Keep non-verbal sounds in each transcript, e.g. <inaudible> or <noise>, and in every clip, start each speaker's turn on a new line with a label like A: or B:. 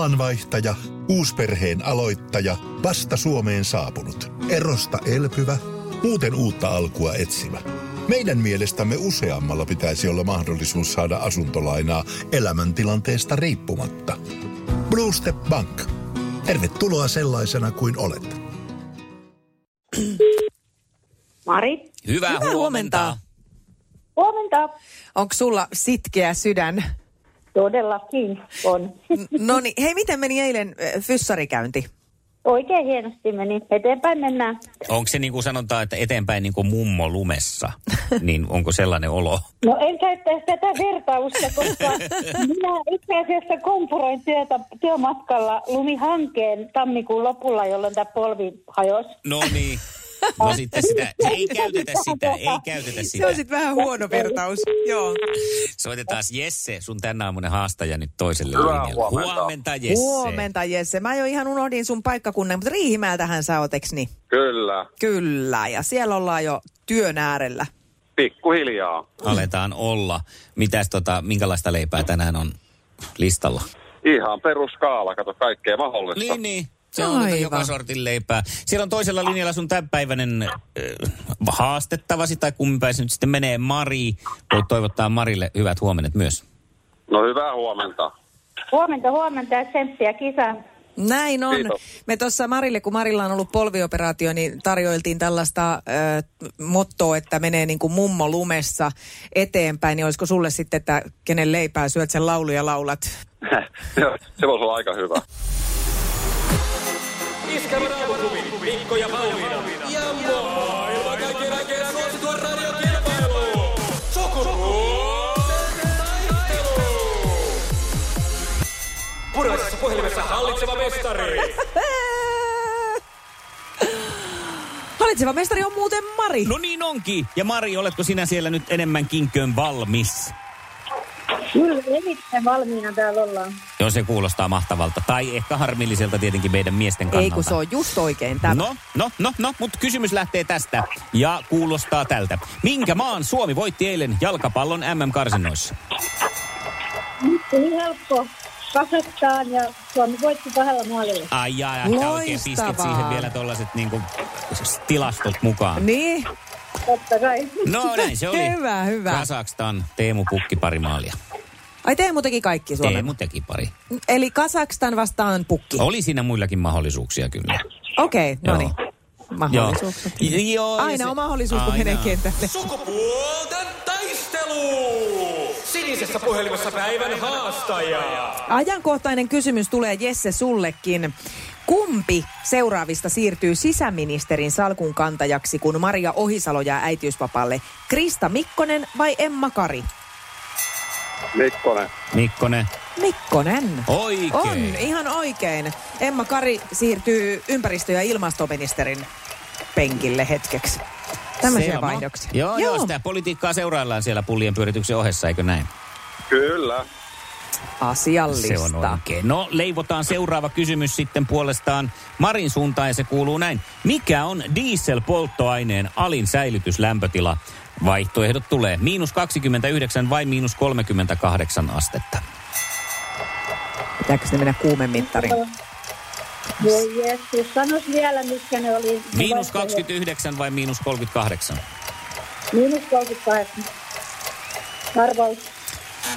A: Alanvaihtaja, uusperheen aloittaja, vasta Suomeen saapunut, erosta elpyvä, muuten uutta alkua etsimä. Meidän mielestämme useammalla pitäisi olla mahdollisuus saada asuntolainaa elämäntilanteesta riippumatta. Blue Step Bank. Tervetuloa sellaisena kuin olet.
B: Mari.
C: Hyvää,
D: Hyvää huomenta.
C: huomenta.
B: Huomenta.
D: Onko sulla sitkeä sydän?
B: Todellakin on.
D: No niin, hei miten meni eilen äh, fyssarikäynti?
B: Oikein hienosti meni. Eteenpäin mennään.
C: Onko se niin kuin sanotaan, että eteenpäin niin kuin mummo
D: <laughs>
C: lumessa, niin onko sellainen olo?
B: No en käyttäisi tätä vertausta, koska minä itse asiassa kompuroin työtä, työmatkalla lumihankkeen tammikuun lopulla, jolloin tämä polvi hajosi.
C: No niin. No sitten sitä, se ei käytetä sitä, ei
D: <laughs>
C: käytetä
D: Se
C: sitä.
D: on sitten vähän huono vertaus. Joo.
C: Soitetaan Jesse, sun tänä aamunen haastaja nyt toiselle
E: Hyvää
C: linjalle.
E: huomenta.
C: Huomenta Jesse.
D: Huomenta Jesse. Mä jo ihan unohdin sun paikkakunnan, mutta Riihimäeltähän sä oot, eiks niin?
E: Kyllä,
D: Kyllä, ja siellä ollaan jo työn äärellä.
E: pikkuhiljaa.
C: Aletaan olla. Mitäs tota, minkälaista leipää tänään on listalla?
E: Ihan peruskaala, kato kaikkea
D: <laughs>
E: mahdollista.
C: Niin, niin. Se on
D: Aivan.
C: joka sortin leipää. Siellä on toisella linjalla sun tämänpäiväinen äh, haastettavasi, tai kumminpäin se nyt sitten menee, Mari. Voit toivottaa Marille hyvät huomenet myös.
E: No hyvää huomenta. <laughs>
B: Huomenta, huomenta ja tsemppiä kisaan.
D: Näin on.
E: Kiitos.
D: Me tuossa Marille, kun Marilla on ollut polvioperaatio, niin tarjoiltiin tällaista äh, mottoa, että menee niin kuin mummo lumessa eteenpäin. Niin olisiko sulle sitten, että kenen leipää syöt sen lauluja laulat?
E: se voisi olla aika hyvä.
F: Iskävän aamuklubi, Mikko ja Pauliina. Ja maailman kaikkien aikeen suosituen radiokilpailu. Sukupuolten taistelu. Puraisessa puhelimessa hallitseva mestari.
D: Hallitseva mestari on muuten Mari.
C: No niin onkin. Ja Mari, oletko sinä siellä nyt enemmän kinköön valmis?
B: Kyllä, erittäin valmiina täällä ollaan.
C: Jos se kuulostaa mahtavalta. Tai ehkä harmilliselta tietenkin meidän miesten kannalta.
D: Ei kun se on just oikein tämä.
C: No, no, no, no, mutta kysymys lähtee tästä ja kuulostaa tältä. Minkä maan Suomi voitti eilen jalkapallon MM-karsinnoissa?
B: Nyt oli niin helppo kasvattaan ja Suomi voitti kahdella maalilla.
C: Ai jaa, jaa, että oikein pistet
D: Loistavaa.
C: siihen vielä tollaset niinku s- tilastot mukaan.
D: Niin,
B: Totta kai.
C: No näin se oli.
D: Hyvä, hyvä.
C: Kasakstan, Teemu Pukki pari maalia.
D: ai Teemu teki kaikki Suomen.
C: Teemu teki pari.
D: Eli Kasakstan vastaan pukki.
C: Oli siinä muillakin mahdollisuuksia kyllä.
D: Okei, okay, no niin.
C: Joo.
D: Mahdollisuukset.
C: Joo. Joo, ja
D: Aina
C: se-
D: on mahdollisuus, kun
C: Aina
D: menee
C: on.
D: kentälle.
F: Sukupuolten taistelu. Sinisessä puhelimessa päivän haastaja.
D: Ajankohtainen kysymys tulee Jesse sullekin. Kumpi seuraavista siirtyy sisäministerin salkun kantajaksi, kun Maria Ohisalo jää äitiysvapalle? Krista Mikkonen vai Emma Kari?
E: Mikkonen.
C: Mikkonen.
D: Mikkonen.
C: Oikein.
D: On, ihan oikein. Emma Kari siirtyy ympäristö- ja ilmastoministerin penkille hetkeksi. Tämmöisiä
C: Selma.
D: vaihdoksia.
C: Joo, joo, sitä politiikkaa seuraillaan siellä pullien pyörityksen ohessa, eikö näin?
E: Kyllä.
D: asiallista.
C: Se on oikein. No, leivotaan seuraava kysymys sitten puolestaan Marin suuntaan ja se kuuluu näin. Mikä on dieselpolttoaineen alin säilytyslämpötila? Vaihtoehdot tulee miinus 29 vai miinus 38 astetta.
D: Pitääkö sinne mennä kuumemittariin?
B: Voi Jeesus, sanois vielä, mitkä ne oli.
C: Miinus 29 vai miinus 38,
B: Miinus 38. Arvaus.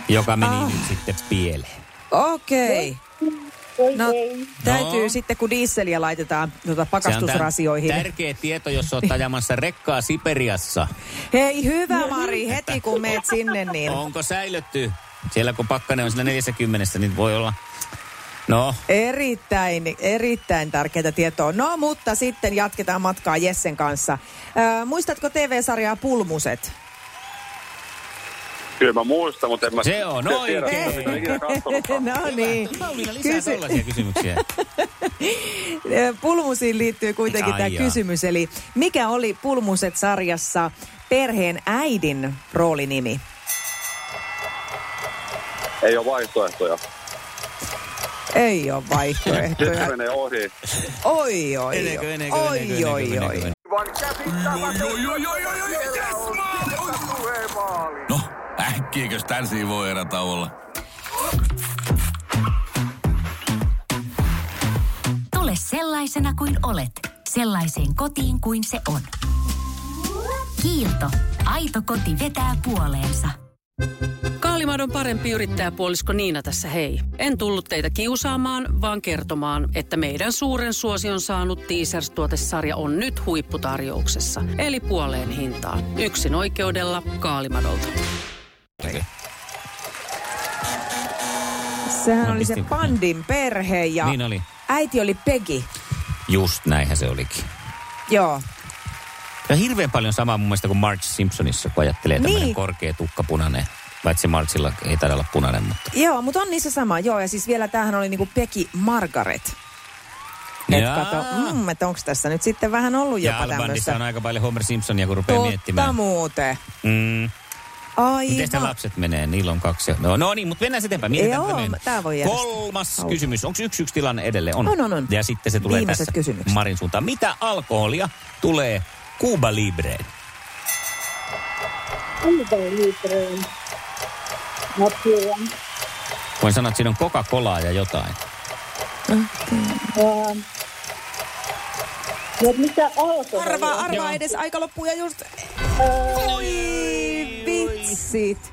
C: joka meni ah. nyt sitten pieleen.
D: Okei. Okay.
B: Voi
D: No,
B: ei.
D: täytyy
C: No.
D: sitten, kun diisseliä laitetaan tuota
C: Se on tär-
D: pakastusrasioihin. niin
C: tärkeä tieto, jos olet ajamassa rekkaa Siperiassa.
D: Hei, hyvä Mari, heti kun meet sinne, niin...
C: Onko säilytty? Siellä kun pakkanen on sillä 40, niin voi olla... No,
D: Erittäin, erittäin tärkeää tietoa. No, mutta sitten jatketaan matkaa Jessen kanssa. Ö, muistatko TV-sarjaa Pulmuset?
E: Kyllä mä muistan, mutta en mä...
C: Se on
E: tiedä, tiedä,
C: oikein.
E: sitä, mitä en ikinä katsonutkaan.
D: no niin.
C: Pauliina lisää
D: Kysy-
C: tollaisia
D: <laughs>
C: kysymyksiä.
D: Ö, Pulmusiin liittyy kuitenkin
C: Ai
D: tämä
C: jaa.
D: kysymys. Eli mikä oli Pulmuset-sarjassa perheen äidin roolinimi?
E: Ei ole vaihtoehtoja.
D: Ei ole
E: Sitten
D: vaihtoehtoja.
E: se menee ohi.
D: Oi, oi,
C: Eneekö,
D: oi.
C: eneekö, eneekö,
D: Oi,
C: eneekö,
D: oi,
C: eneekö,
D: oi.
C: eneekö?
G: No, äkkiäkös tän siinä voi erä olla? sellaisena kuin olet, sellaiseen kotiin kuin se on. Kiilto. Aito koti vetää puoleensa.
H: Kaalimadon parempi yrittäjäpuolisko Niina tässä hei. En tullut teitä kiusaamaan, vaan kertomaan, että meidän suuren suosion saanut Teasers-tuotesarja on nyt huipputarjouksessa. Eli puoleen hintaan. Yksin oikeudella Kaalimadolta.
D: Sehän
C: No,
D: oli se
C: pistin-
D: Pandin perhe ja
C: Niin oli.
D: äiti oli Pegi.
C: Just näinhän se olikin.
D: Joo.
C: Ja hirveän paljon samaa mun mielestä kuin Marge Simpsonissa, kun ajattelee tämmöinen
D: Niin.
C: korkea tukka punainen. Paitsi Margeilla ei taida olla punainen, mutta...
D: Joo, mutta on niissä sama. Joo, ja siis vielä tämähän oli niinku Peki Margaret. Et
C: Jaa.
D: kato, mm, että onko tässä nyt sitten vähän ollut
C: Ja
D: jopa
C: Albandissa on
D: tämmöistä.
C: aika paljon Homer Simpsonia, kun rupeaa
D: Totta
C: miettimään.
D: muuten.
C: Mm. Miten sitä
D: Aivan.
C: lapset menee? Niillä on kaksi. ja- No, no niin, mutta mennään sitten eteenpäin. Mietitään
D: Joo,
C: tätä myöhemmin.
D: tää voi järjestää.
C: Kolmas
D: Hauska.
C: kysymys. Onko yksi yksi tilanne edelleen?
D: On, on, on.
C: Ja sitten se tulee
D: Viimeiset
C: tässä
D: kysymykset.
C: Marin suuntaan. Mitä alkoholia tulee Cuba Libreen?
B: Kuuden litreen. Mä tiedän.
C: Voin sanoa, että siinä on Coca-Colaa ja jotain.
B: Ää, Ja Ähm, mitä alkoholia?
D: Arvaa, arvaa
C: Joo.
D: edes aika loppuu ja just... Oi, vitsit.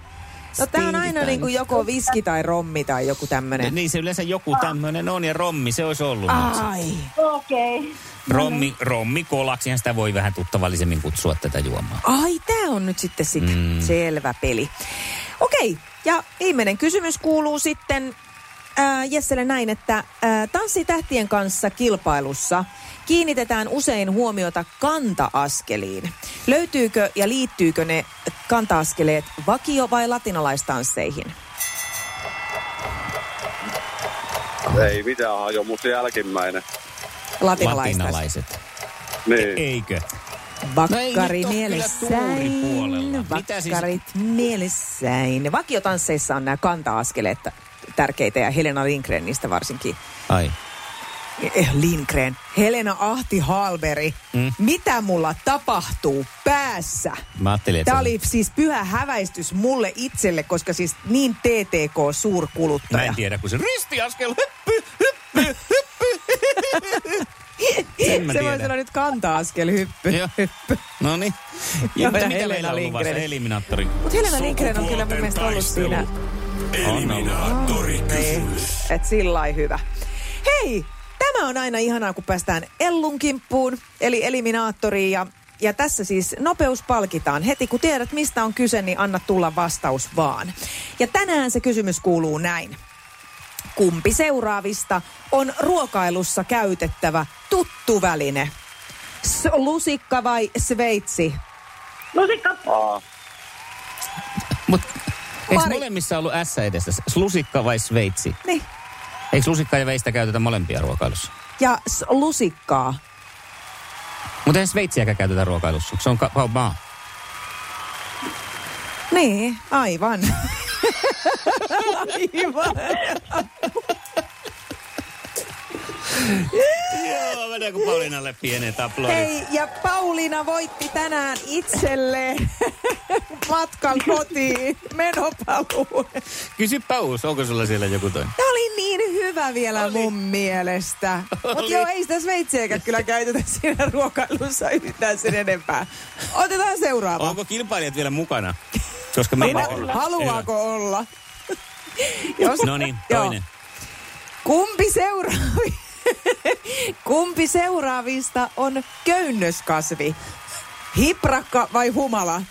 D: No tää on aina
C: Stinkitään
D: niinku joko viski tai rommi tai joku tämmönen.
C: Niin se yleensä joku tämmöinen on ja rommi, se olisi ollut.
D: Ah.
C: nyt se.
D: Ai.
B: Okei. Okay.
C: Rommi, rommi kolaksihan sitä voi vähän tuttavallisemmin kutsua tätä juomaa.
D: Ai, tämä on nyt sitten sitä. Mm. Selvä peli. Okei, ja viimeinen kysymys kuuluu sitten ää, Jesselle näin, että ää, tanssitähtien kanssa kilpailussa kiinnitetään usein huomiota kanta-askeliin. Löytyykö ja liittyykö ne kanta-askeleet vakio- vai latinalaistansseihin?
E: Ei mitään hajo, mutta se jälkimmäinen.
D: Latinalaistans.
C: Latinalaiset.
E: Niin.
C: Eikö? No ei
D: Vakkari
C: nyt oo kyllä tuuri puolella.
D: mielessäin,
C: Mitä siis-
D: vakkarit mielessäin. Vakiotansseissa on nämä kanta-askeleet tärkeitä ja Helena Lindgren niistä varsinkin
C: Ai.
D: Eh, Lindgren, Helena Ahti Halberi, mm. mitä mulla tapahtuu päässä?
C: Mä ajattelin, että
D: Tämä
C: se-
D: oli siis pyhä häväistys mulle itselle, koska siis niin TTK
C: Mä
D: suurkuluttaja.
C: en tiedä, kun se ristiaskel, hyppy, hyppy, hyppy. Sen mä
D: Se voisi olla
C: tiedän.
D: nyt kanta-askel hyppy.
C: Joo. No niin. Ja
D: Jota
C: mitä
D: Helena
C: meillä on luvassa?
D: Lindgren.
C: Eliminaattori.
D: Mutta Helena Lindgren on kyllä mun mielestä ollut siinä,
C: On ollut.
D: että Niin, sillä lailla hyvä. Hei, tämä on aina ihanaa, kun päästään Ellun kimppuun, eli eliminaattoriin ja ja tässä siis nopeus palkitaan. Heti kun tiedät, mistä on kyse, niin anna tulla vastaus vaan. Ja tänään se kysymys kuuluu näin. Kumpi seuraavista on ruokailussa käytettävä tuttu väline? S- lusikka vai sveitsi?
B: Lusikka.
E: Aa,
C: Mut eikö
D: Mari-
C: molemmissa ollut S edessä? S- Lusikka vai Sveitsi?
D: Niin.
C: Eikö lusikkaa ja veistä käytetä molempia ruokailussa?
D: Ja s- lusikkaa.
C: Mutta eihän Sveitsiäkään käytetä ruokailussa. Se on ka- ka- maa.
D: Niin, aivan. <laughs> aivan.
C: Joo, mennäänkö Paulinalle pienen aplodit?
D: Hei, ja Pauliina voitti tänään itselleen <laughs> matkan kotiin menopaluun.
C: Kysypä uusi, onko sulla siellä joku toinen?
D: Tämä oli niin hyvä vielä oli. mun mielestä. Mutta
C: No Oli.
D: joo, ei sitä sveitsiäkään kyllä käytetä siinä ruokailussa yhtään sen enempää. Otetaan seuraava.
C: Onko kilpailijat vielä mukana? Koska meidän...
D: Haluaako
C: <laughs>
D: olla?
C: No niin,
D: Joo.
C: toinen.
D: Kumpi seuraavi? <laughs> Kumpi seuraavista on köynnöskasvi? Hiprakka vai humala?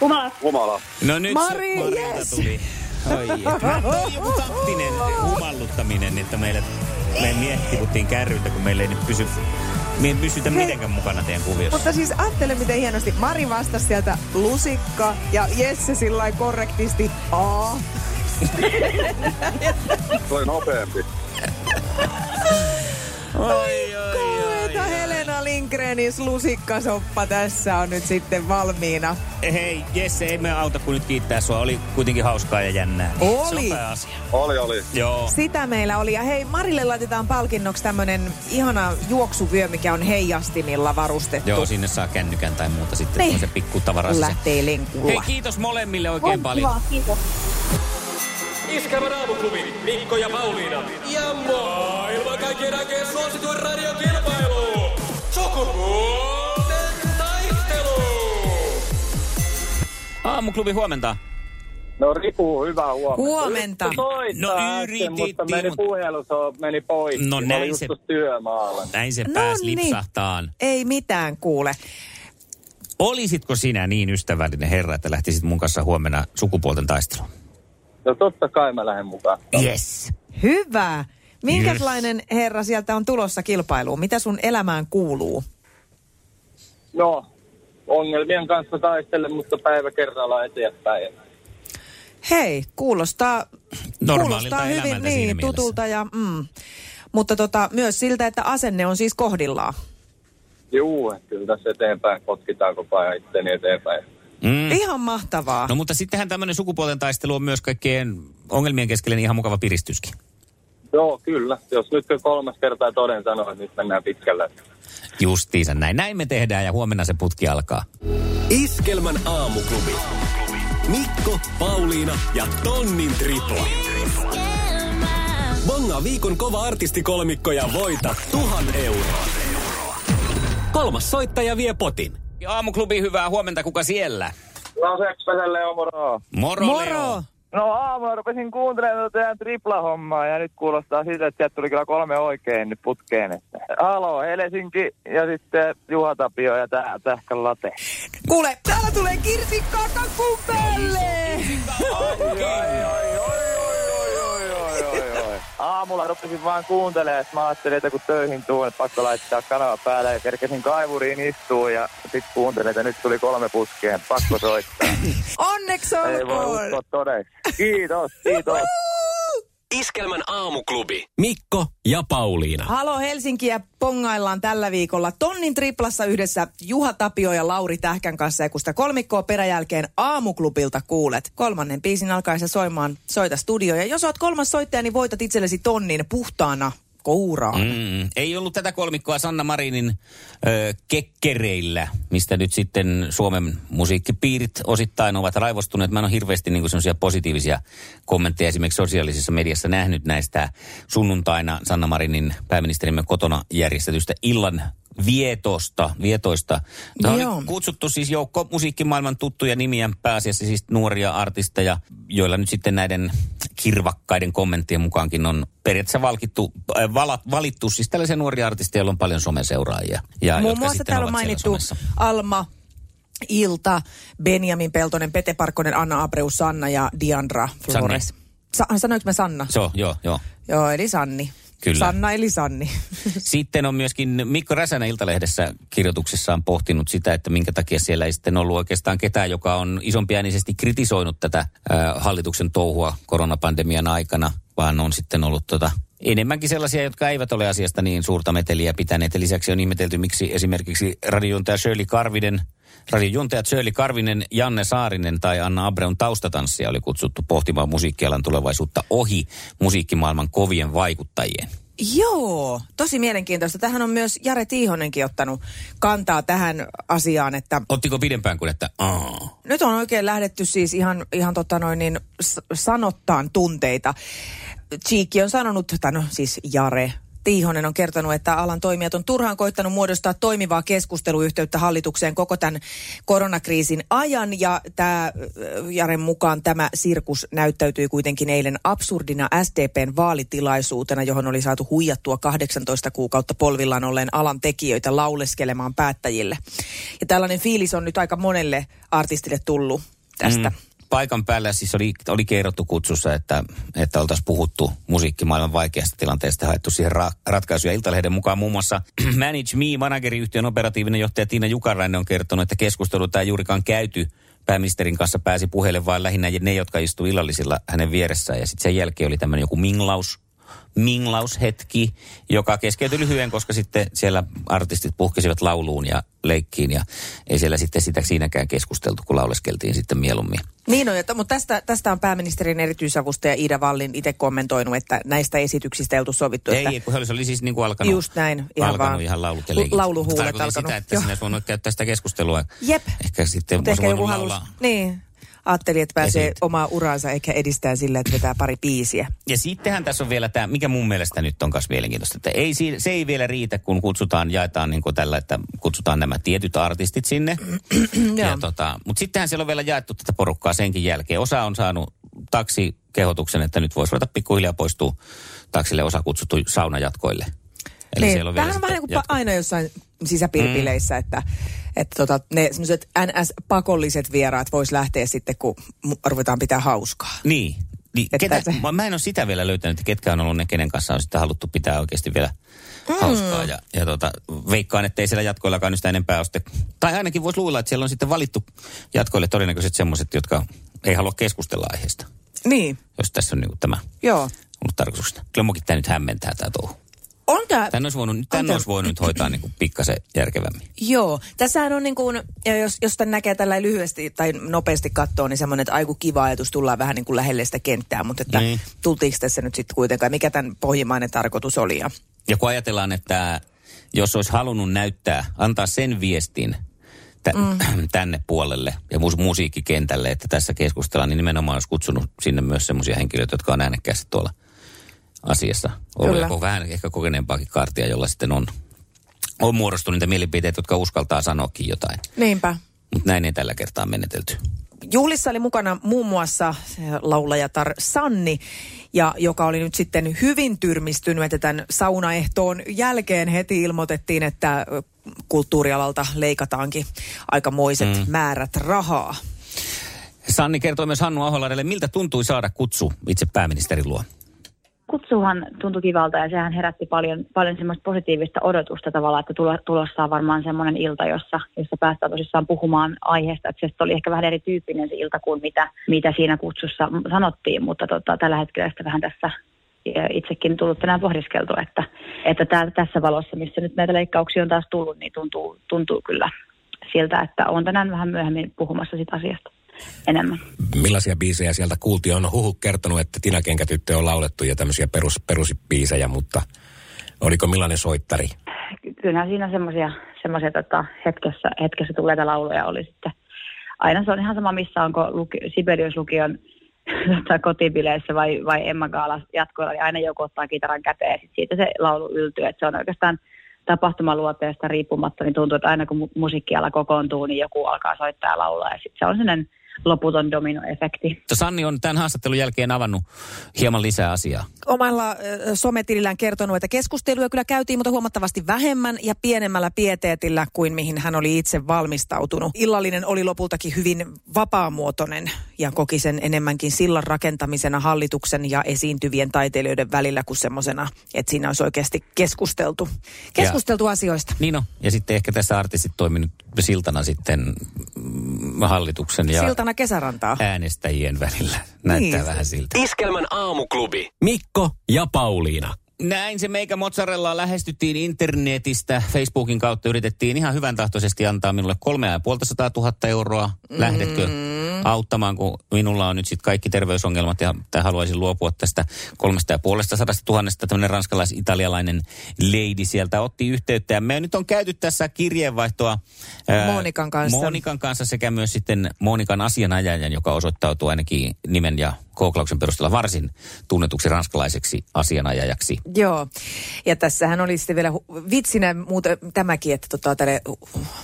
B: Humala.
E: humala.
C: No nyt
D: Mari,
C: se Marilta
D: yes.
C: tuli. Oi, että. Mä- toi oli joku taktinen humalluttaminen, että meillä me miettivuttiin kärryltä, kun meillä ei nyt pysy, me ei pysytä mitenkään mukana teidän kuviossa.
D: Mutta siis ajattele miten hienosti. Mari vastasi sieltä lusikka ja Jesse sillä lailla korrektisti A.
E: Se oli nopeampi.
C: Oi, oi,
D: Kauheeta Helena Lindgrenin lusikkasoppa tässä on nyt sitten valmiina.
C: Hei, Jesse, ei me auta kuin nyt kiittää sua. Oli kuitenkin hauskaa ja jännää.
D: Oli.
C: Se on pääasia.
E: Oli, oli.
C: Joo.
D: Sitä meillä oli. Ja hei, Marille laitetaan palkinnoksi tämmönen ihana juoksuvyö, mikä on heijastimilla varustettu.
C: Joo, sinne saa kännykän tai muuta sitten,
D: Niin.
C: niin. se pikku tavara sisään.
D: Lähtee
C: Hei,
D: lenkulla.
C: kiitos molemmille oikein paljon.
B: Kiva, kiitos.
F: Iskävä raamuklubi, Mikko ja Pauliina. Ja maailman kaikkien kaikkien suosituen radiokilpailu! Sukupuolten taistelu!
C: Aamuklubi huomenta.
E: No Riku, hyvää huomenta.
D: Huomenta.
E: Yritti soittaa
C: No,
E: äsken, mutta
C: yritettiin,
E: meni
C: mut-
E: puhelussa, meni pois.
C: No,
E: Mä
C: näin
E: olin just
C: se-
E: tuossa työmaalla.
C: Näin se
D: No
C: pääsi
D: niin.
C: lipsahtaan.
D: Ei mitään kuule.
C: Olisitko sinä niin ystävällinen herra, että lähtisit mun kanssa huomenna sukupuolten taisteluun?
E: No totta kai mä lähden mukaan.
C: Yes.
D: Hyvä. Minkälainen herra sieltä on tulossa kilpailuun? Mitä sun elämään kuuluu?
E: No, ongelmien kanssa taistele, mutta päivä kerrallaan eteenpäin.
D: Hei, kuulostaa,
C: Normaalilta
D: kuulostaa hyvin
C: elämältä siinä
D: niin,
C: mielessä.
D: tutulta ja mm. Mutta tota, myös siltä, että asenne on siis kohdillaan.
E: Juu, kyllä tässä eteenpäin potkitaan koko ajan itteni eteenpäin.
C: Mm.
D: Mm. Ihan mahtavaa.
C: No mutta sittenhän tämmöinen sukupuolten taistelu on myös kaikkien ongelmien keskellä niin ihan mukava piristyskin.
E: Joo, No, kyllä. Jos nyt jo kolmas kertaa toden sanoo, että nyt mennään pitkällä.
C: Justiinsa näin. Näin me tehdään ja huomenna se putki alkaa.
F: Iskelmän aamuklubi. Mikko, Pauliina ja Tonnin tripla. Bonga viikon kova artistikolmikko ja voita tuhan euroa. Kolmas soittaja vie potin.
C: Aamuklubi, hyvää huomenta. Kuka siellä?
E: No seppäselle on moro.
C: Moro, Leo.
D: Moro!
I: No aamulla rupesin kuuntelemaan tätä teidän triplahommaa ja nyt kuulostaa siltä, että sieltä tuli kyllä kolme oikein nyt putkeen. Että. Halo, Helsinki ja sitten Juha Tapio ja tää Tähkän late.
D: Kuule, täällä tulee kirsikkaa kakun päälle!
I: Aamulla rupesin vaan kuuntelemaan, että mä ajattelin, että kun töihin tuun, että pakko laittaa kanava päälle ja kerkesin kaivuriin istuun ja sit kuuntelin, että nyt tuli kolme putkeen, pakko soittaa.
D: Onneksi
I: Ei voi uskoa
D: olkoon!
I: todeksi. Kiitos, kiitos.
F: Iskelmän aamuklubi. Mikko ja Pauliina.
D: Halo Helsinkiä pongaillaan tällä viikolla tonnin triplassa yhdessä Juha Tapio ja Lauri Tähkän kanssa. Ja kun sitä kolmikkoa peräjälkeen aamuklubilta kuulet, kolmannen biisin alkaessa soimaan Soita studio. Ja jos oot kolmas soittaja, niin voitat itsellesi tonnin puhtaana kouraan. Mm.
C: Mm, ei ollut tätä kolmikkoa Sanna Marinin ö, kekkereillä, mistä nyt sitten Suomen musiikkipiirit osittain ovat raivostuneet. Mä en ole hirveästi niin semmoisia positiivisia kommentteja esimerkiksi sosiaalisessa mediassa nähnyt näistä sunnuntaina Sanna Marinin pääministerimme kotona järjestetystä illan vietosta. vietoista. Tämä
D: Joo.
C: oli kutsuttu siis joukko musiikkimaailman tuttuja nimiä, pääasiassa siis nuoria artisteja, joilla nyt sitten näiden kirvakkaiden kommenttien mukaankin on periaatteessa valkittu, äh, vala, valittu siis tällaisia nuoria artisteja, joilla on paljon someseuraajia. Ja
D: Muun
C: jotka
D: muassa
C: sitten
D: täällä
C: ovat
D: on
C: siellä
D: mainittu
C: somessa.
D: Alma, Ilta, Benjamin Peltonen, Pete Parkkonen, Anna Abreus, Sanna ja Diandra Flores. Sa- sanoinko mä Sanna?
C: Se on, joo, joo.
D: Joo, eli Sanni.
C: Kyllä.
D: Sanna eli Sanni. <laughs>
C: <laughs> Sitten on myöskin Mikko Räsänen Iltalehdessä kirjoituksessaan pohtinut sitä, että minkä takia siellä ei sitten ollut oikeastaan ketään, joka on isompiäänisesti kritisoinut tätä äh, hallituksen touhua koronapandemian aikana, vaan on sitten ollut tota, enemmänkin sellaisia, jotka eivät ole asiasta niin suurta meteliä pitäneet. Ja lisäksi on ihmetelty, miksi esimerkiksi radiojuontaja Shirley Karvinen, radiojuontajat Shirley Karvinen, Janne Saarinen tai Anna Abreun taustatanssia oli kutsuttu pohtimaan musiikkialan tulevaisuutta ohi musiikkimaailman kovien vaikuttajien.
D: Joo, tosi mielenkiintoista. Tähän on myös Jare Tiihonenkin ottanut kantaa tähän asiaan, että
C: Ottiko pidempään kuin, että aa?
D: nyt on oikein lähdetty siis ihan, ihan tota noin niin s- sanottaan tunteita. Chiikki on sanonut, tai no siis Jare Tiihonen on kertonut, että alan toimijat on turhaan koittanut muodostaa toimivaa keskusteluyhteyttä hallitukseen koko tämän koronakriisin ajan. Ja tämä äh, Jaren mukaan tämä sirkus näyttäytyi kuitenkin eilen absurdina SDPn vaalitilaisuutena, johon oli saatu huijattua 18 kuukautta polvillaan olleen alan tekijöitä lauleskelemaan päättäjille. Ja tällainen fiilis on nyt aika monelle artistille tullut tästä. Mm.
C: Paikan päällä siis oli, oli kerrottu kutsussa, että, että oltaisiin puhuttu musiikkimaailman vaikeasta tilanteesta ja haettu siihen ra- ratkaisuja. Iltalehden mukaan muun muassa <clears throat> Manage Me, manageriyhtiön operatiivinen johtaja Tiina Jukarainen on kertonut, että keskustelu tämä ei juurikaan käyty. Pääministerin kanssa pääsi puheelle vain lähinnä ne, jotka istuivat illallisilla hänen vieressään. Ja sitten sen jälkeen oli tämmöinen joku minglaus, minglaushetki, joka keskeytyi lyhyen, koska sitten siellä artistit puhkesivat lauluun ja leikkiin ja ei siellä sitten sitä siinäkään keskusteltu, kun lauleskeltiin sitten mieluummin.
D: Niin on, että, mutta tästä, tästä on pääministerin erityisavustaja Iida Vallin itse kommentoinut, että näistä esityksistä ei oltu sovittu.
C: Ei,
D: että
C: ei, kun hölys oli siis niin kuin alkanut,
D: Just näin, ihan
C: alkanut
D: vaan
C: ihan laulut ja leikit.
D: lauluhuulet
C: Mutta tarkoitin
D: alkanut,
C: sitä, että
D: joo.
C: sinä olisi voinut käyttää sitä keskustelua.
D: Jep.
C: Ehkä sitten
D: Mutta
C: olisi
D: ehkä joku
C: voinut
D: halus,
C: laulaa.
D: niin, ajatteli, että pääsee
C: Esit.
D: omaa uraansa eikä edistää sillä, että vetää pari biisiä.
C: Ja sittenhän tässä on vielä tämä, mikä mun mielestä nyt on myös mielenkiintoista, että ei, si- se ei vielä riitä, kun kutsutaan, jaetaan niin kuin tällä, että kutsutaan nämä tietyt artistit
D: <clears throat>
C: sinne. ja
D: Joo.
C: tota, Mutta sittenhän siellä on vielä jaettu tätä porukkaa senkin jälkeen. Osa on saanut taksikehotuksen, että nyt voisi ruveta pikkuhiljaa poistua taksille, osa kutsuttu saunajatkoille. Eli
D: Niin,
C: siellä on vielä
D: Tämähän on
C: sitten
D: vähän niin kuin
C: jatko-
D: aina jossain sisäpiiripileissä, mm. että, että tota, ne semmoiset NS-pakolliset vieraat vois lähteä sitten, kun mu- ruvetaan pitää hauskaa.
C: Niin. niin
D: Että
C: ketä,
D: se-
C: mä, mä en ole sitä vielä löytänyt, että ketkä on ollut ne, kenen kanssa on sitten haluttu pitää oikeasti vielä mm. hauskaa. Ja, ja tota, veikkaan, että ei siellä jatkoillakaan nyt sitä enempää ole sitten. Tai ainakin voisi luulla, että siellä on sitten valittu jatkoille todennäköiset semmoiset, jotka ei halua keskustella aiheesta,
D: Niin,
C: jos tässä on niinku tämä
D: joo.
C: ollut tarkoituksena. Kyllä munkin tämä nyt hämmentää tämä touhu.
D: On tää,
C: Tän olisi voinut,
D: On
C: tän
D: tää-
C: olisi voinut hoitaa niinku pikkasen järkevämmin.
D: Joo, tässähän on niin kuin, ja jos, jos tämän näkee tällä lyhyesti tai nopeasti katsoo, niin semmoinen, että aiku kiva ajatus, tullaan vähän niin kuin lähelle sitä kenttää, mutta että
C: Niin.
D: niin. tultiinko tässä nyt sitten kuitenkaan, mikä tämän pohjimmainen tarkoitus oli. Ja,
C: Ja kun ajatellaan, että jos olisi halunnut näyttää, antaa sen viestin tä- mm. <clears throat> tänne puolelle ja mus- musiikkikentälle, että tässä keskustellaan, niin nimenomaan olisi kutsunut sinne myös semmoisia henkilöitä, jotka on äänekkäästi tuolla asiassa. Ollut
D: Kyllä.
C: joku vähän ehkä kokeneempaakin kartia, jolla sitten on, on muodostunut niitä mielipiteitä, jotka uskaltaa sanoakin jotain.
D: niinpä.
C: Mutta näin ei tällä kertaa menetelty.
D: Juhlissa oli mukana muun muassa eh, laulajatar Sanni, ja joka oli nyt sitten hyvin tyrmistynyt, että tämän saunaehtoon jälkeen heti ilmoitettiin, että ö, kulttuurialalta leikataankin aikamoiset mm. määrät rahaa.
C: Sanni kertoi myös Hannu Aholaidelle, miltä tuntui saada kutsu itse pääministerin luo.
J: kutsuhan tuntui kivalta ja sehän herätti paljon, paljon semmoista positiivista odotusta tavallaan, että tulo- tulossa on varmaan semmoinen ilta, jossa, jossa päästään tosissaan puhumaan aiheesta. Että se sitten oli ehkä vähän erityyppinen se ilta kuin mitä, mitä siinä kutsussa m- sanottiin, mutta tota, tällä hetkellä sitä vähän tässä ö, itsekin tullut tänään pohdiskeltu, että, että tää, tässä valossa, missä nyt näitä leikkauksia on taas tullut, niin tuntuu, tuntuu kyllä siltä, että olen tänään vähän myöhemmin puhumassa siitä asiasta enemmän.
F: Millaisia biisejä sieltä kuultiin? On huhu kertonut, että Tina Kenkätyttö on laulettu ja tämmöisiä perus, perusbiisejä, mutta oliko millainen soittari?
J: kyllähän siinä semmoisia semmoisia tota, hetkessä, hetkessä tulleita lauluja oli sitten. Aina se on ihan sama, missä onko luki, Sibelius lukion <laughs> tota, kotibileissä vai, vai Emma Gaala jatkoilla, niin aina joku ottaa kitaran käteen ja sit siitä se laulu yltyy. Et se on oikeastaan tapahtumaluoteesta riippumatta, niin tuntuu, että aina kun mu- musiikkiala kokoontuu, niin joku alkaa soittaa ja laulaa ja sitten se on sellainen loputon dominoefekti.
C: Mutta Sanni on tämän haastattelun jälkeen avannut hieman lisää asiaa.
D: omalla ö, sometilillään kertonut, että keskusteluja kyllä käytiin, mutta huomattavasti vähemmän ja pienemmällä pieteetillä kuin mihin hän oli itse valmistautunut. Illallinen oli lopultakin hyvin vapaamuotoinen ja koki sen enemmänkin sillan rakentamisena hallituksen ja esiintyvien taiteilijoiden välillä kuin semmoisena, että siinä olisi oikeasti keskusteltu. Keskusteltu asioista.
C: Niin on. Ja sitten ehkä tässä artistit toiminut siltana sitten mm, hallituksen ja
D: Siltana kesärantaa.
C: äänestäjien välillä. Näyttää
D: Niin.
C: vähän siltä.
F: Iskelmän aamuklubi. Mikko ja Pauliina.
C: Näin se meikä mozzarellaa lähestyttiin internetistä. Facebookin kautta yritettiin ihan hyvän tahtoisesti antaa minulle 3500 000 euroa. Lähdetkö
D: Mm-hmm.
C: auttamaan, kun minulla on nyt sitten kaikki terveysongelmat ja tai haluaisin luopua tästä 3500 000. Tämmöinen ranskalais-italialainen lady sieltä otti yhteyttä. Ja me nyt on käyty tässä kirjeenvaihtoa ää,
D: Monikan kanssa.
C: Monikan kanssa sekä myös sitten Monikan asianajajan, joka osoittautuu ainakin nimen ja kooklauksen perusteella varsin tunnetuksi ranskalaiseksi asianajajaksi.
D: Joo, ja tässähän oli sitten vielä hu- vitsinä muuten tämäkin, että tota, tälle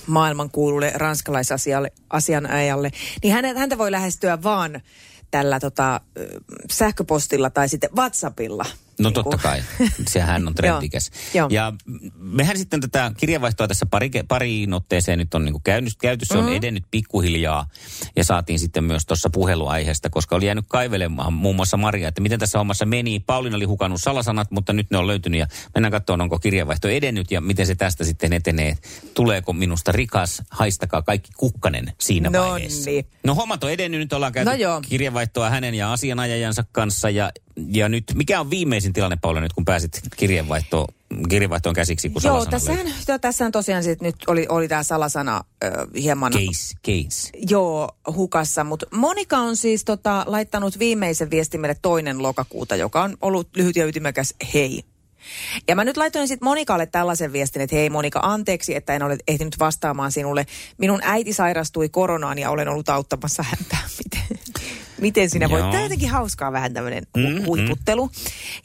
D: maailmankuululle ranskalaisasialle asianajalle, niin hänet, häntä voi lähestyä vaan tällä tota, ö, sähköpostilla tai sitten WhatsAppilla.
C: No
D: Niin
C: totta
D: kuin. <laughs>
C: kai, sehän on trendikäs.
D: Joo.
C: Ja mehän sitten tätä kirjeenvaihtoa tässä pari, pariin otteeseen nyt on niin käynyt, käyty, se on
D: Mm-hmm.
C: mm. edennyt pikkuhiljaa. Ja saatiin sitten myös tuossa puheluaiheesta, koska oli jäänyt kaivelemaan muun muassa Maria, että miten tässä hommassa meni. Pauliina oli hukannut salasanat, mutta nyt ne on löytynyt ja mennään katsomaan, onko kirjeenvaihto edennyt ja miten se tästä sitten etenee. Tuleeko minusta rikas, haistakaa kaikki kukkanen siinä
D: No
C: vaiheessa.
D: niin.
C: No hommat on edennyt, nyt ollaan käyty
D: No joo.
C: kirjeenvaihtoa hänen ja asianajajansa kanssa. Ja, ja nyt, mikä on viimeisin tilanne, Paula, nyt kun pääsit kirjeenvaihtoon, kirjeenvaihtoon käsiksi, kun
D: Joo,
C: salasana
D: tässähän, joo, tässähän tosiaan sit nyt oli, oli tämä salasana ö, hieman...
C: löytyy? Case, case.
D: Joo, hukassa, mutta Monika on siis tota, laittanut viimeisen viestin meille toinen lokakuuta, joka on ollut lyhyt ja ytimekäs hei. Ja mä nyt laitoin sitten Monikalle tällaisen viestin, että hei Monika, anteeksi, että en ole ehtinyt vastaamaan sinulle. Minun äiti sairastui koronaan ja olen ollut auttamassa häntä. <laughs> Miten, miten sinä voit?
C: Joo.
D: Tämä on jotenkin hauskaa vähän tämmöinen hu- huiputtelu.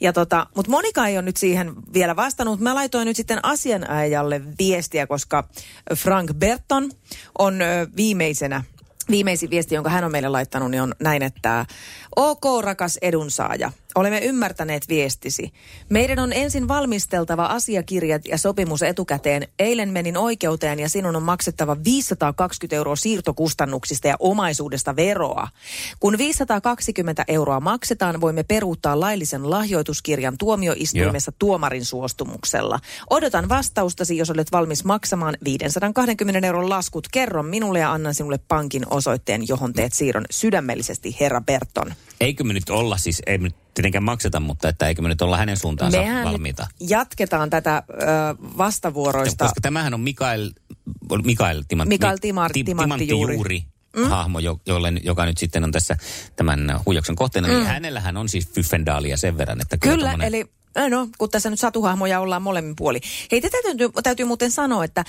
D: Ja tota, mutta Monika ei ole nyt siihen vielä vastannut. Mä laitoin nyt sitten asianajajalle viestiä, koska Frank Berton on ö, viimeisenä Viimeisin viesti, jonka hän on meille laittanut, niin on näin, että OK rakas edunsaaja, olemme ymmärtäneet viestisi. Meidän on ensin valmisteltava asiakirjat ja sopimus etukäteen. Eilen menin oikeuteen ja sinun on maksettava 520 euroa siirtokustannuksista ja omaisuudesta veroa. Kun 520 euroa maksetaan, voimme peruuttaa laillisen lahjoituskirjan tuomioistuimessa tuomarin suostumuksella. Odotan vastaustasi, jos olet valmis maksamaan 520 euron laskut. Kerro minulle ja annan sinulle pankin osoitteen, johon teet siirron sydämellisesti, herra Berton.
C: Eikö me nyt olla siis, ei me nyt tietenkään makseta, mutta että eikö me nyt olla hänen suuntaansa valmiita?
D: jatketaan tätä ö, vastavuoroista.
C: Koska tämähän on Mikael, Mikael, Timant,
D: Mikael Timar-
C: timanttijuuri.
D: Timanttijuuri.
C: Mm. hahmo, jo- jolle, joka nyt sitten on tässä tämän huijauksen kohteena, mm. niin hänellähän on siis Fyffendaalia sen verran, että kyllä,
D: Kyllä,
C: tommonen-
D: eli äh, no, kun tässä nyt satuhahmoja ollaan molemmin puoli. Hei, tätä täytyy, täytyy muuten sanoa, että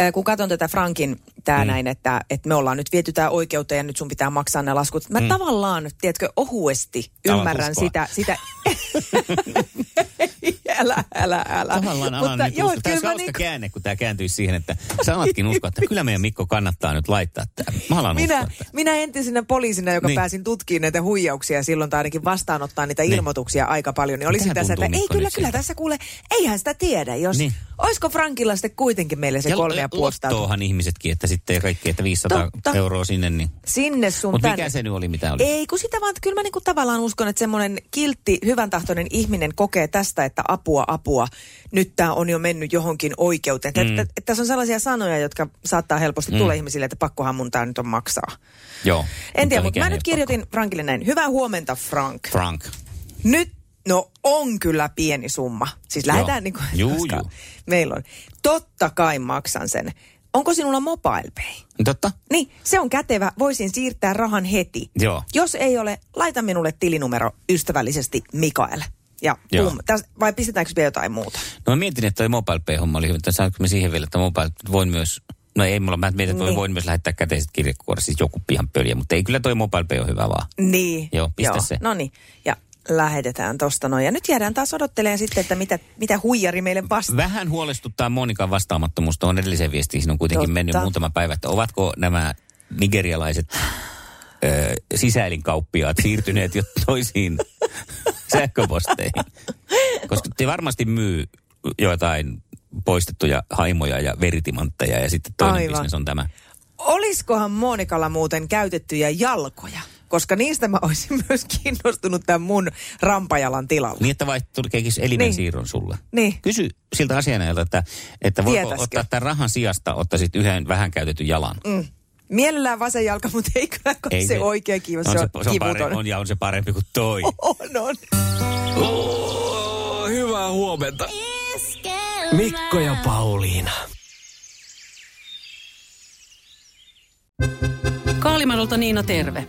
D: äh, kun katson tätä Frankin tää mm. näin, että, että me ollaan nyt viety tää oikeuteen ja nyt sun pitää maksaa ne laskut. Mä mm. tavallaan, tiedätkö, ohuesti
C: Alan
D: ymmärrän
C: uskoa.
D: sitä, sitä... <laughs> älä, älä, älä.
C: Tavallaan alan nyt
D: joo,
C: joo, Tämä olisi
D: kyllä mä
C: hauska
D: niinku-
C: käänne, kun tämä kääntyisi siihen, että sä alatkin uskoa, että kyllä meidän Mikko kannattaa nyt laittaa tämä. Mä alan
D: Minä,
C: uskoa. että-
D: minä entisenä poliisina, joka
C: Niin.
D: niin. pääsin tutkimaan näitä huijauksia silloin tai ainakin vastaanottaa niitä
C: Niin.
D: niin. ilmoituksia aika paljon, niin olisin
C: Mitähän
D: tässä,
C: tuntuu,
D: että ei
C: Mikko,
D: kyllä,
C: nyt
D: kyllä
C: siitä?
D: tässä kuule, eihän sitä tiedä, jos,
C: Niin.
D: niin. olisiko Frankilla sitten kuitenkin meille se kolme ja puoli tautia?
C: Lottoohan ihmisetkin, että sitten kaikki, että 500 Totta.
D: Totta.
C: euroa sinne, niin.
D: Sinne sun
C: Mutta
D: tänne.
C: mikä se nyt oli, mitä oli?
D: Ei, kun sitä vaan, että kyllä mä niinku tavallaan uskon, että semmoinen kiltti, hyvän tahtoinen ihminen kokee tästä, että apua, apua, nyt tämä on jo mennyt johonkin oikeuteen. Mm. Että, että tässä on sellaisia sanoja, jotka saattaa helposti mm. tulla ihmisille, että pakkohan mun tää nyt on maksaa.
C: Joo.
D: En tiedä, mutta
C: mikään
D: mä
C: ei
D: nyt
C: ole
D: kirjoitin Frankille näin. Hyvää huomenta, Frank.
C: pakko. Frank.
D: Nyt, no on kyllä pieni summa. Siis
C: Joo.
D: lähdetään niin kuin,
C: Juu,
D: koska
C: juu.
D: meillä on. Totta kai maksan sen. Onko sinulla mobile pay?
C: Totta.
D: Niin, se on kätevä. Voisin siirtää rahan heti.
C: Joo.
D: Jos ei ole, laita minulle tilinumero ystävällisesti Mikael. Ja
C: Joo.
D: pum, täs, vai pistetäänkö vielä jotain muuta?
C: No mä mietin, että toi MobilePay-homma oli hyvä, että saanko me siihen vielä, että Mobile voin myös, no ei mulla, mä mietin, että niin.
D: Niin.
C: voin myös lähettää käteiset kirjekuoressa, siis joku ihan pöliä, mutta ei kyllä toi MobilePay on hyvä vaan.
D: Niin.
C: Joo, pistä se.
D: No niin, ja lähetetään tosta noin. Ja nyt jäädään taas odottelemaan sitten, että mitä, mitä huijari meille vastaa.
C: Vähän huolestuttaa Monikan vastaamattomuus tuohon edelliseen viestiin. Siinä on kuitenkin Totta.
D: Totta.
C: mennyt muutama päivä, että ovatko nämä nigerialaiset ö, sisäilinkauppiaat siirtyneet jo <laughs> toisiin sähköposteihin. Koska te varmasti myy joitain poistettuja haimoja ja veritimantteja ja sitten toinen Aivan.
D: Aivan.
C: bisnes on tämä.
D: Oliskohan Monikalla muuten käytettyjä jalkoja? Koska niistä mä olisin <laughs> myös kiinnostunut tämän mun rampajalan tilalla.
C: Niin, että vai tulikin elimen niin.
D: Niin.
C: siirron sulle.
D: Niin.
C: Kysy siltä asianajalta, että, että voiko
D: Tietäisikö?
C: ottaa tämän rahan sijasta, ottaisit yhden vähän käytetyn jalan. Mm,
D: Mielellään vasen jalka, mutta ei kyllä kun se, oikea kiva, se, on,
C: No, se on,
D: kivuton.
C: parempi, on ja on se parempi kuin toi. <laughs>
D: <laughs> on, on.
F: Oh, hyvää huomenta. Mikko ja Pauliina.
H: Kaalimadolta Niina terve.